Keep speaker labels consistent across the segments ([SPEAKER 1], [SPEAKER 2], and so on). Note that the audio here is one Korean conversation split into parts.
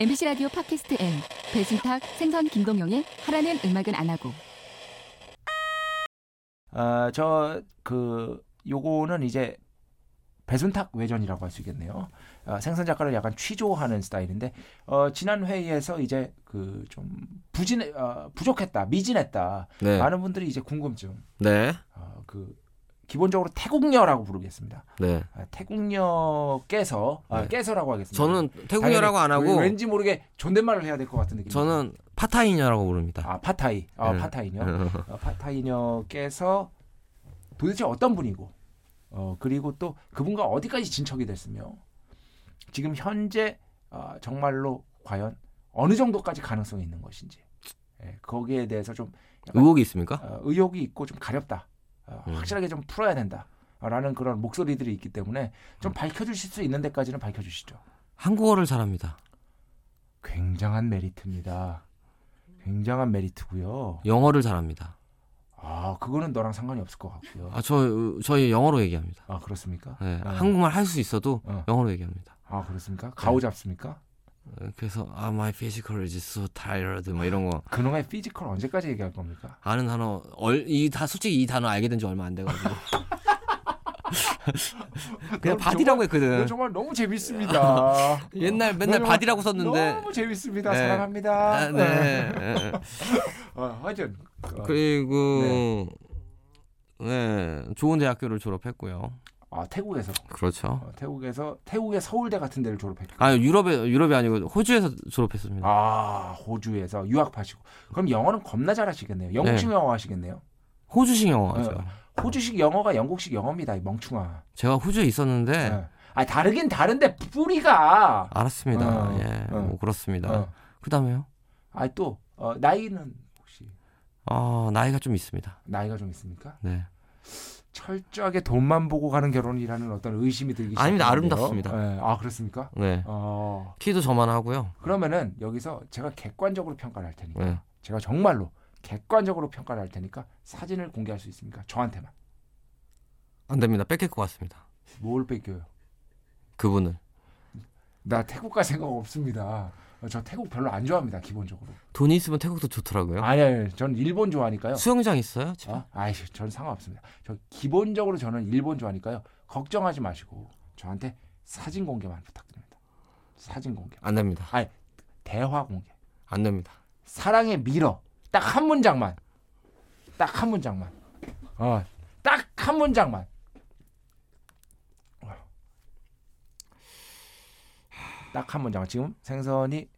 [SPEAKER 1] MBC 라디오 팟캐스트 앤 배승탁, 생선 김동영의 하라는 음악은 안 하고
[SPEAKER 2] 아, 저, 그, 요거는 이제 배순탁 외전이라고 할 수 있겠네요. 아, 생선 작가를 약간 취조하는 스타일인데, 어, 지난 회의에서 이제 그 좀 부진, 어, 부족했다, 미진했다.
[SPEAKER 3] 네.
[SPEAKER 2] 많은 분들이 이제 궁금증.
[SPEAKER 3] 네.
[SPEAKER 2] 어, 그, 기본적으로 태국녀라고 부르겠습니다.
[SPEAKER 3] 네.
[SPEAKER 2] 아, 태국녀께서, 아,
[SPEAKER 3] 네.
[SPEAKER 2] 깨서라고 하겠습니다.
[SPEAKER 3] 저는 태국녀라고 안
[SPEAKER 2] 당연히
[SPEAKER 3] 하고
[SPEAKER 2] 왠지 모르게 존댓말을 해야 될 것 같은 느낌.
[SPEAKER 3] 저는 파타이녀라고 부릅니다.
[SPEAKER 2] 아 파타이, 아
[SPEAKER 3] 네.
[SPEAKER 2] 파타이녀, 어, 파타이녀께서 도대체 어떤 분이고, 어 그리고 또 그분과 어디까지 진척이 됐으며, 지금 현재 아, 정말로 과연 어느 정도까지 가능성이 있는 것인지, 예, 거기에 대해서 좀 약간
[SPEAKER 3] 의혹이 있습니까?
[SPEAKER 2] 어, 의혹이 있고 좀 가렵다, 어,
[SPEAKER 3] 음.
[SPEAKER 2] 확실하게 좀 풀어야 된다. 라는 그런 목소리들이 있기 때문에 좀 밝혀주실 수 있는 데까지는 밝혀주시죠.
[SPEAKER 3] 한국어를 잘합니다.
[SPEAKER 2] 굉장한 메리트입니다. 굉장한 메리트고요.
[SPEAKER 3] 영어를 잘합니다.
[SPEAKER 2] 아 그거는 너랑 상관이 없을 것 같고요.
[SPEAKER 3] 아, 저 저희 영어로 얘기합니다.
[SPEAKER 2] 아 그렇습니까?
[SPEAKER 3] 네,
[SPEAKER 2] 아,
[SPEAKER 3] 한국말 네. 할 수 있어도
[SPEAKER 2] 어.
[SPEAKER 3] 영어로 얘기합니다.
[SPEAKER 2] 아 그렇습니까? 가오 잡습니까?
[SPEAKER 3] 어, 그래서 아 my physical is so tired 뭐 이런 거
[SPEAKER 2] 그놈의 피지컬 언제까지 얘기할 겁니까?
[SPEAKER 3] 아는 단어 이다 솔직히 이 단어 알게 된 지 얼마 안 돼가지고
[SPEAKER 2] 너
[SPEAKER 3] 그냥 바디라고
[SPEAKER 2] 정말, 너
[SPEAKER 3] 했거든.
[SPEAKER 2] 정말 너무 재밌습니다.
[SPEAKER 3] 네. 옛날
[SPEAKER 2] 너
[SPEAKER 3] 맨날
[SPEAKER 2] 정말
[SPEAKER 3] 바디라고 썼는데
[SPEAKER 2] 너무 재밌습니다.
[SPEAKER 3] 네.
[SPEAKER 2] 사랑합니다.
[SPEAKER 3] 아, 네. 예.
[SPEAKER 2] 어, 하여튼 어,
[SPEAKER 3] 그 그리고 네. 좋은 대학교를 졸업했고요.
[SPEAKER 2] 아 태국에서
[SPEAKER 3] 그렇죠.
[SPEAKER 2] 어, 태국에서 태국의 서울대 같은 데를 졸업했고
[SPEAKER 3] 아 네. 유럽에 유럽이 아니고 호주에서 졸업했습니다.
[SPEAKER 2] 아 호주에서 유학파시고 그럼 영어는 겁나 잘하시겠네요. 영국식 영어 하시겠네요.
[SPEAKER 3] 호주식 영어죠.
[SPEAKER 2] 네. 호주식 영어가 영국식 영어입니다. 이 멍충아.
[SPEAKER 3] 제가 호주에 있었는데
[SPEAKER 2] 네. 아 다르긴 다른데
[SPEAKER 3] 아,
[SPEAKER 2] 뿌리가
[SPEAKER 3] 알았습니다.
[SPEAKER 2] 어,
[SPEAKER 3] 예,
[SPEAKER 2] 어.
[SPEAKER 3] 뭐 그렇습니다.
[SPEAKER 2] 어.
[SPEAKER 3] 그다음에요.
[SPEAKER 2] 아또 어, 나이는 혹시
[SPEAKER 3] 어, 나이가 좀 있습니다.
[SPEAKER 2] 나이가 좀 있습니까?
[SPEAKER 3] 네.
[SPEAKER 2] 철저하게 돈만 보고 가는 결혼이라는 어떤 의심이 들기 시작.
[SPEAKER 3] 아닙니다. 아름답습니다.
[SPEAKER 2] 아 그렇습니까?
[SPEAKER 3] 네.
[SPEAKER 2] 어
[SPEAKER 3] 티도 저만 하고요.
[SPEAKER 2] 그러면은 여기서 제가 객관적으로 평가를 할 테니까
[SPEAKER 3] 네.
[SPEAKER 2] 제가 정말로 객관적으로 평가를 할 테니까 사진을 공개할 수 있습니까? 저한테만
[SPEAKER 3] 안 됩니다. 뺏길 것 같습니다.
[SPEAKER 2] 뭘 뺏겨요?
[SPEAKER 3] 그분을.
[SPEAKER 2] 나 태국 갈 생각 없습니다. 어, 저 태국 별로 안 좋아합니다 기본적으로.
[SPEAKER 3] 돈이 있으면 태국도 좋더라고요.
[SPEAKER 2] 아니, 아니, 전 일본 좋아하니까요.
[SPEAKER 3] 수영장 있어요? 집에?
[SPEAKER 2] 아, 아이, 전 상관없습니다. 저 기본적으로 저는 일본 좋아하니까요. 걱정하지 마시고 저한테 사진 공개만 부탁드립니다. 사진 공개,
[SPEAKER 3] 안 됩니다.
[SPEAKER 2] 대화 공개,
[SPEAKER 3] 안 됩니다.
[SPEAKER 2] 사랑의 미러 딱 한 문장만, 딱 한 문장만, 어, 딱 한 문장만. 딱 한 문장. 지금 생선이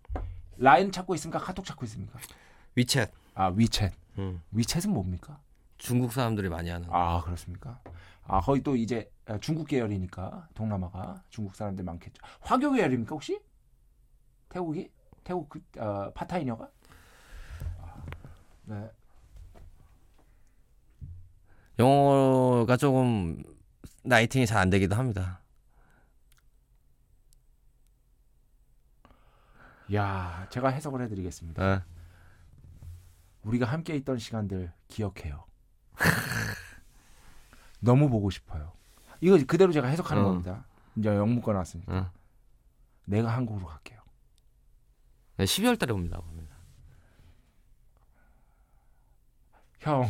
[SPEAKER 2] 라인 찾고 있습니까? 카톡 찾고 있습니까?
[SPEAKER 3] 위챗.
[SPEAKER 2] 아 위챗.
[SPEAKER 3] 음.
[SPEAKER 2] 위챗은 뭡니까?
[SPEAKER 3] 중국 사람들이 많이 하는.
[SPEAKER 2] 아 그렇습니까? 아 거의 또 이제 어, 중국 계열이니까 동남아가 중국 사람들 많겠죠. 화교 계열입니까 혹시? 태국이 태국 그, 어, 파타이녀가? 아, 네.
[SPEAKER 3] 영어가 조금 라이팅이 잘 안 되기도 합니다.
[SPEAKER 2] 야 제가 해석을 해드리겠습니다.
[SPEAKER 3] 예.
[SPEAKER 2] 우리가 함께 있던 시간들 기억해요. 너무 보고 싶어요. 이거 그대로 제가 해석하는
[SPEAKER 3] 어.
[SPEAKER 2] 겁니다. 이제 영문과 나왔으니까
[SPEAKER 3] 어.
[SPEAKER 2] 내가 한국으로 갈게요.
[SPEAKER 3] 네, 12월 달에 옵니다. 옵니다.
[SPEAKER 2] 형,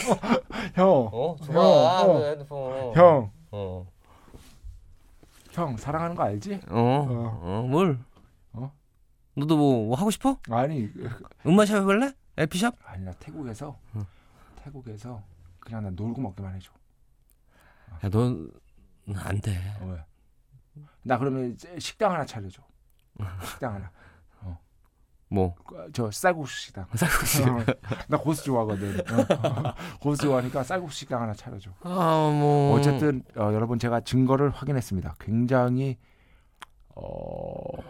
[SPEAKER 2] 형,
[SPEAKER 3] 어,
[SPEAKER 2] 줘봐. 어, 어. 그
[SPEAKER 3] 핸드폰.
[SPEAKER 2] 형,
[SPEAKER 3] 어.
[SPEAKER 2] 형 사랑하는 거 알지?
[SPEAKER 3] 어. 어, 뭘?
[SPEAKER 2] 어?
[SPEAKER 3] 너도 뭐, 뭐 하고 싶어?
[SPEAKER 2] 아니
[SPEAKER 3] 음마샵 해볼래? 에피샵?
[SPEAKER 2] 아니 나 태국에서
[SPEAKER 3] 응.
[SPEAKER 2] 태국에서 그냥 나 놀고 먹기만 해줘.
[SPEAKER 3] 야, 넌안 돼.
[SPEAKER 2] 어, 왜? 나 그러면 이제 식당 하나 차려줘. 식당 하나.
[SPEAKER 3] 뭐.
[SPEAKER 2] 그, 저 쌀국수 식당.
[SPEAKER 3] 쌀국수.
[SPEAKER 2] 어, 나 고수 좋아하거든. 어. 고수 좋아하니까 쌀국수 식당 하나 차려줘.
[SPEAKER 3] 아, 뭐.
[SPEAKER 2] 어쨌든 어, 여러분 제가 증거를 확인했습니다. 굉장히 어,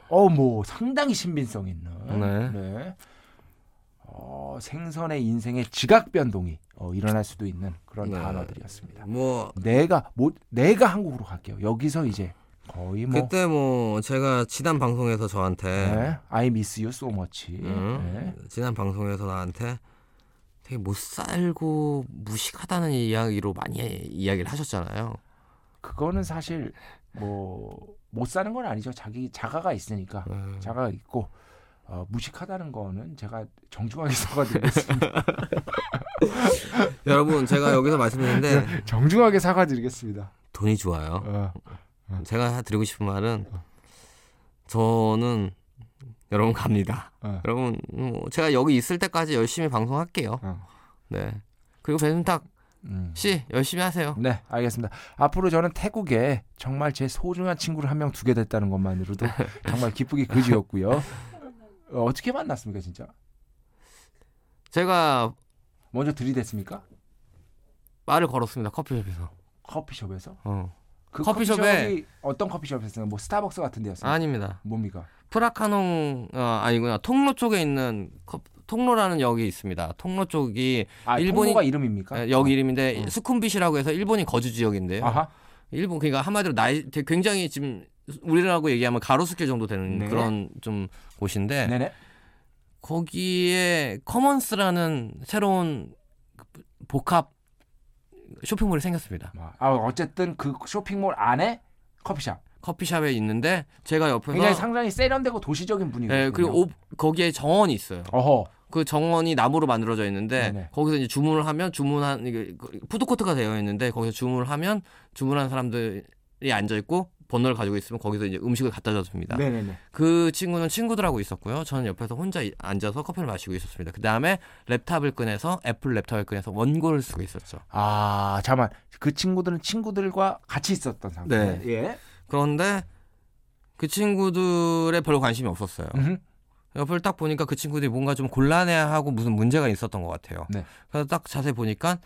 [SPEAKER 2] 어뭐 상당히 신빙성 있는
[SPEAKER 3] 네.
[SPEAKER 2] 어, 생선의 인생의 지각 변동이 어, 일어날 수도 있는 그런
[SPEAKER 3] 네.
[SPEAKER 2] 단어들이었습니다.
[SPEAKER 3] 뭐.
[SPEAKER 2] 내가 못 내가 한국으로 갈게요. 여기서 이제 거의 뭐
[SPEAKER 3] 그때 뭐, 제가 지난 방송에서 저한테.
[SPEAKER 2] 네. I miss you so much.
[SPEAKER 3] 음,
[SPEAKER 2] 네.
[SPEAKER 3] 지난 방송에서 나한테 되게 못 살고 무식하다는 이야기로 많이 이야기를 하셨잖아요.
[SPEAKER 2] 그거는 사실 뭐 못 사는 건 아니죠. 자기 자가가 있으니까
[SPEAKER 3] 음.
[SPEAKER 2] 자가가 있고 어, 무식하다는 거는 제가 정중하게 사과드리겠습니다.
[SPEAKER 3] 여러분 제가 여기서 말씀드리는데
[SPEAKER 2] 정중하게 사과드리겠습니다.
[SPEAKER 3] 돈이 좋아요.
[SPEAKER 2] 어,
[SPEAKER 3] 제가 드리고 싶은 말은 저는 여러분 갑니다.
[SPEAKER 2] 어,
[SPEAKER 3] 여러분 뭐 제가 여기 있을 때까지 열심히 방송할게요.
[SPEAKER 2] 어.
[SPEAKER 3] 네. 그리고 배순탁
[SPEAKER 2] 음.
[SPEAKER 3] 씨 열심히 하세요.
[SPEAKER 2] 네, 알겠습니다. 앞으로 저는 태국에 정말 제 소중한 친구를 한 명 두게 됐다는 것만으로도 정말 기쁘기 그지였고요. 어, 어떻게 만났습니까, 진짜?
[SPEAKER 3] 제가
[SPEAKER 2] 먼저 들이댔습니까?
[SPEAKER 3] 말을 걸었습니다. 커피숍에서.
[SPEAKER 2] 커피숍에서?
[SPEAKER 3] 어.
[SPEAKER 2] 그
[SPEAKER 3] 커피숍에-
[SPEAKER 2] 커피숍이 어떤 커피숍이었어요? 뭐 스타벅스 같은 데였어요?
[SPEAKER 3] 아닙니다.
[SPEAKER 2] 뭡니까?
[SPEAKER 3] 프라카농 어, 아니구나. 통로 쪽에 있는 컵- 통로라는 역이 있습니다. 통로 쪽이 네,
[SPEAKER 2] 아,
[SPEAKER 3] 일본인-
[SPEAKER 2] 통로가 이름입니까?
[SPEAKER 3] 역 이름인데
[SPEAKER 2] 어.
[SPEAKER 3] 스쿰빗이라고 해서 일본인 거주 지역인데요.
[SPEAKER 2] 아하.
[SPEAKER 3] 일본 그러니까 한마디로 나이 되게 굉장히 지금 우리라고 얘기하면 가로수길 정도 되는
[SPEAKER 2] 네.
[SPEAKER 3] 그런 좀 곳인데
[SPEAKER 2] 네. 네
[SPEAKER 3] 거기에 커먼스라는 새로운 그 복합 쇼핑몰이 생겼습니다.
[SPEAKER 2] 아, 어쨌든 그 쇼핑몰 안에 커피숍.
[SPEAKER 3] 커피숍에 있는데 제가 옆에서
[SPEAKER 2] 굉장히 상당히 세련되고 도시적인 분위기.
[SPEAKER 3] 네, 그리고 오- 거기에 정원이 있어요.
[SPEAKER 2] 어허.
[SPEAKER 3] 그 정원이 나무로 만들어져 있는데
[SPEAKER 2] 네네.
[SPEAKER 3] 거기서 이제 주문을 하면 주문한 이게 그 푸드코트가 되어 있는데 거기서 주문을 하면 주문한 사람들이 앉아 있고 번호를 가지고 있으면 거기서 이제 음식을 갖다 줬습니다.
[SPEAKER 2] 네, 네, 네.
[SPEAKER 3] 그 친구는 친구들하고 있었고요. 저는 옆에서 혼자 이- 앉아서 커피를 마시고 있었습니다. 그 다음에 랩탑을 꺼내서 애플 랩탑을 꺼내서 원고를 쓰고 있었죠.
[SPEAKER 2] 아, 잠깐. 그 친구들은 친구들과 같이 있었던 상태.
[SPEAKER 3] 네.
[SPEAKER 2] 예.
[SPEAKER 3] 그런데 그 친구들의 별로 관심이 없었어요.
[SPEAKER 2] 음흠.
[SPEAKER 3] 옆을 딱 보니까 그 친구들이 뭔가 좀 곤란해하고 무슨 문제가 있었던 것 같아요.
[SPEAKER 2] 네.
[SPEAKER 3] 그래서 딱 자세히 보니까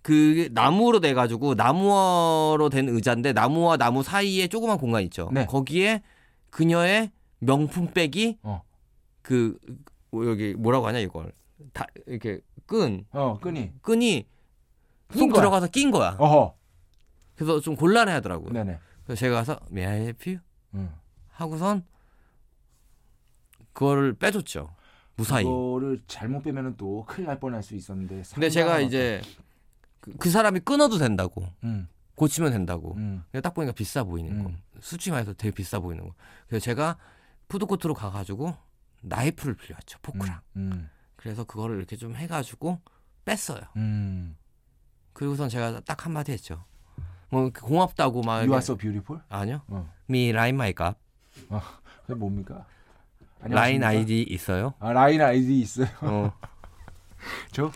[SPEAKER 3] 그 나무로 돼 가지고 나무로 된 의자인데 나무와 나무 사이에 조그만 공간 있죠.
[SPEAKER 2] 네.
[SPEAKER 3] 거기에 그녀의 명품백이
[SPEAKER 2] 어.
[SPEAKER 3] 그 뭐 여기 뭐라고 하냐 이걸 다 이렇게 끈
[SPEAKER 2] 어, 끈이.
[SPEAKER 3] 끈이
[SPEAKER 2] 낀
[SPEAKER 3] 쏙
[SPEAKER 2] 거야.
[SPEAKER 3] 들어가서 낀 거야.
[SPEAKER 2] 어허.
[SPEAKER 3] 그래서 좀 곤란해하더라고요.
[SPEAKER 2] 네, 네.
[SPEAKER 3] 그래서 제가 가서 May I help you?
[SPEAKER 2] 음.
[SPEAKER 3] 하고선 그거를 빼줬죠. 무사히.
[SPEAKER 2] 그거를 잘못 빼면은 또 큰일 날 뻔할 수 있었는데. 상당한
[SPEAKER 3] 근데 제가
[SPEAKER 2] 어떤-
[SPEAKER 3] 이제 그, 그 사람이 끊어도 된다고
[SPEAKER 2] 음.
[SPEAKER 3] 고치면 된다고
[SPEAKER 2] 음.
[SPEAKER 3] 근데 딱 보니까 비싸 보이는 거
[SPEAKER 2] 음.
[SPEAKER 3] 수치 말해서 되게 비싸 보이는 거 그래서 제가 푸드코트로 가가지고 나이프를 빌려왔죠 포크랑
[SPEAKER 2] 음.
[SPEAKER 3] 그래서 그거를 이렇게 좀 해가지고 뺐어요
[SPEAKER 2] 음.
[SPEAKER 3] 그리고선 제가 딱 한마디 했죠 뭐 이렇게 고맙다고 막
[SPEAKER 2] You
[SPEAKER 3] 이렇게-
[SPEAKER 2] are so beautiful.
[SPEAKER 3] 아니요
[SPEAKER 2] 어.
[SPEAKER 3] 미 라인 마이캅
[SPEAKER 2] 그게 뭡니까?
[SPEAKER 3] 라인
[SPEAKER 2] 안녕하십니까?
[SPEAKER 3] 아이디 있어요
[SPEAKER 2] 아, 라인 아이디 있어요.
[SPEAKER 3] 어.
[SPEAKER 2] 저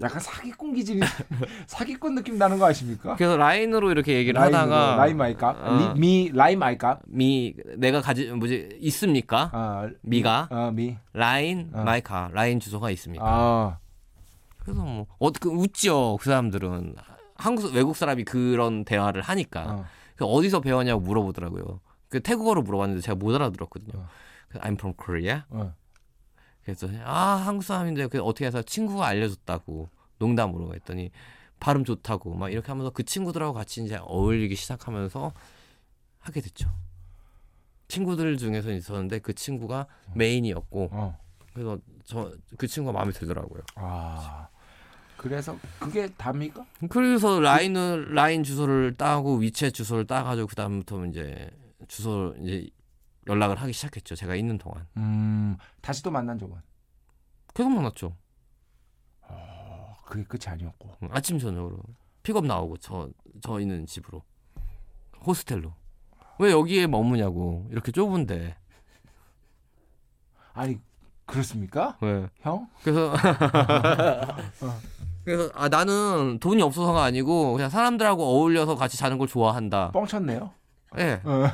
[SPEAKER 2] 약간 사기꾼 기질이 사기꾼 느낌 나는 거 아십니까?
[SPEAKER 3] 그래서 라인으로 이렇게 얘기를
[SPEAKER 2] 라인으로,
[SPEAKER 3] 하다가
[SPEAKER 2] 라인 마이캅
[SPEAKER 3] 아.
[SPEAKER 2] 리- 미 라인 마이캅
[SPEAKER 3] 미 내가 가지 뭐지 있습니까
[SPEAKER 2] 아
[SPEAKER 3] 미가?
[SPEAKER 2] 아미
[SPEAKER 3] 라인
[SPEAKER 2] 아.
[SPEAKER 3] 마이카 라인 주소가 있습니까
[SPEAKER 2] 아
[SPEAKER 3] 그래서 뭐 어떻게 웃죠 그 사람들은 한국 외국 사람이 그런 대화를 하니까
[SPEAKER 2] 어.
[SPEAKER 3] 그 어디서 배웠냐고 물어보더라고요. 그 태국어로 물어봤는데 제가 못 알아들었거든요.
[SPEAKER 2] 어.
[SPEAKER 3] 그래서 I'm from Korea.
[SPEAKER 2] 어.
[SPEAKER 3] 그래서 아 한국 사람인데 그 어떻게 해서 친구가 알려줬다고 농담으로 했더니 발음 좋다고 막 이렇게 하면서 그 친구들하고 같이 이제 어울리기 시작하면서 하게 됐죠. 친구들 중에서 있었는데 그 친구가 메인이었고
[SPEAKER 2] 어.
[SPEAKER 3] 그래서 저 그 친구가 마음에 들더라고요.
[SPEAKER 2] 아 그래서 그게 답니까?
[SPEAKER 3] 그래서 라인을 라인 주소를 따고 위챗 주소를 따가지고 그다음부터 이제 주소 이제 연락을 하기 시작했죠. 제가 있는 동안
[SPEAKER 2] 음 다시 또 만난 적은 아,
[SPEAKER 3] 계속 만났죠.
[SPEAKER 2] 어, 그게 끝이 아니었고
[SPEAKER 3] 응, 아침 저녁으로 픽업 나오고 저 저 있는 집으로 호스텔로 왜 여기에 머무냐고 이렇게 좁은데
[SPEAKER 2] 아니 그렇습니까?
[SPEAKER 3] 왜
[SPEAKER 2] 형?
[SPEAKER 3] 그래서 그래서 아 나는 돈이 없어서가 아니고 그냥 사람들하고 어울려서 같이 자는 걸 좋아한다.
[SPEAKER 2] 뻥쳤네요.
[SPEAKER 3] 예.
[SPEAKER 2] 어.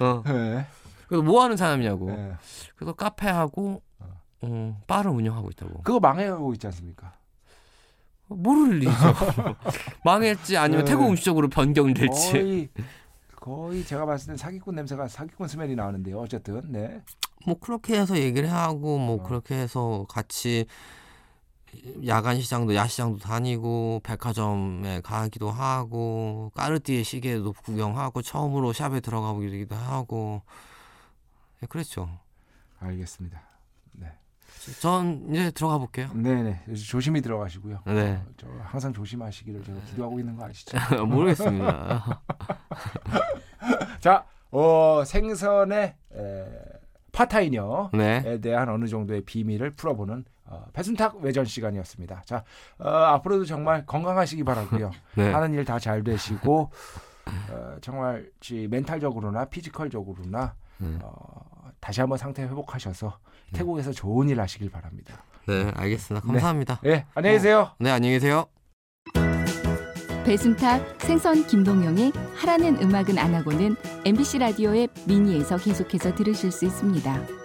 [SPEAKER 3] 어.
[SPEAKER 2] 예.
[SPEAKER 3] 그래서 뭐 하는 사람이냐고.
[SPEAKER 2] 예.
[SPEAKER 3] 그래서 카페하고 어, 바를 운영하고 있다고.
[SPEAKER 2] 그거 망해가고 있지 않습니까?
[SPEAKER 3] 모를 리죠. 망했지 아니면
[SPEAKER 2] 네.
[SPEAKER 3] 태국 음식적으로 변경될지.
[SPEAKER 2] 거의 거의 제가 봤을 땐 사기꾼 냄새가 사기꾼 스멜이 나는데요. 어쨌든 네.
[SPEAKER 3] 뭐 그렇게 해서 얘기를 하고 뭐
[SPEAKER 2] 어.
[SPEAKER 3] 그렇게 해서 같이 야간 시장도 야시장도 다니고 백화점에 가기도 하고 까르띠의 시계도 구경하고 처음으로 샵에 들어가보기도 하고 예, 그랬죠.
[SPEAKER 2] 알겠습니다. 네.
[SPEAKER 3] 전 이제 들어가 볼게요.
[SPEAKER 2] 네네 조심히 들어가시고요.
[SPEAKER 3] 네.
[SPEAKER 2] 어, 저 항상 조심하시기를 제가 기도하고 있는 거 아시죠?
[SPEAKER 3] 모르겠습니다.
[SPEAKER 2] 자, 어, 생선의 에, 파타이녀.
[SPEAKER 3] 네.
[SPEAKER 2] 에 대한 어느 정도의 비밀을 풀어보는 어, 배순탁 외전 시간이었습니다. 자 어, 앞으로도 정말 건강하시기 바라고요.
[SPEAKER 3] 네.
[SPEAKER 2] 하는 일 다 잘 되시고 어, 정말 지 멘탈적으로나 피지컬적으로나
[SPEAKER 3] 음.
[SPEAKER 2] 어, 다시 한번 상태 회복하셔서 태국에서 좋은 일 하시길 바랍니다.
[SPEAKER 3] 네, 알겠습니다. 감사합니다.
[SPEAKER 2] 예, 안녕히 계세요.
[SPEAKER 3] 네, 안녕히 계세요.
[SPEAKER 1] 배순탁, 생선 김동영의 하라는 음악은 안 하고는 MBC 라디오의 미니에서 계속해서 들으실 수 있습니다.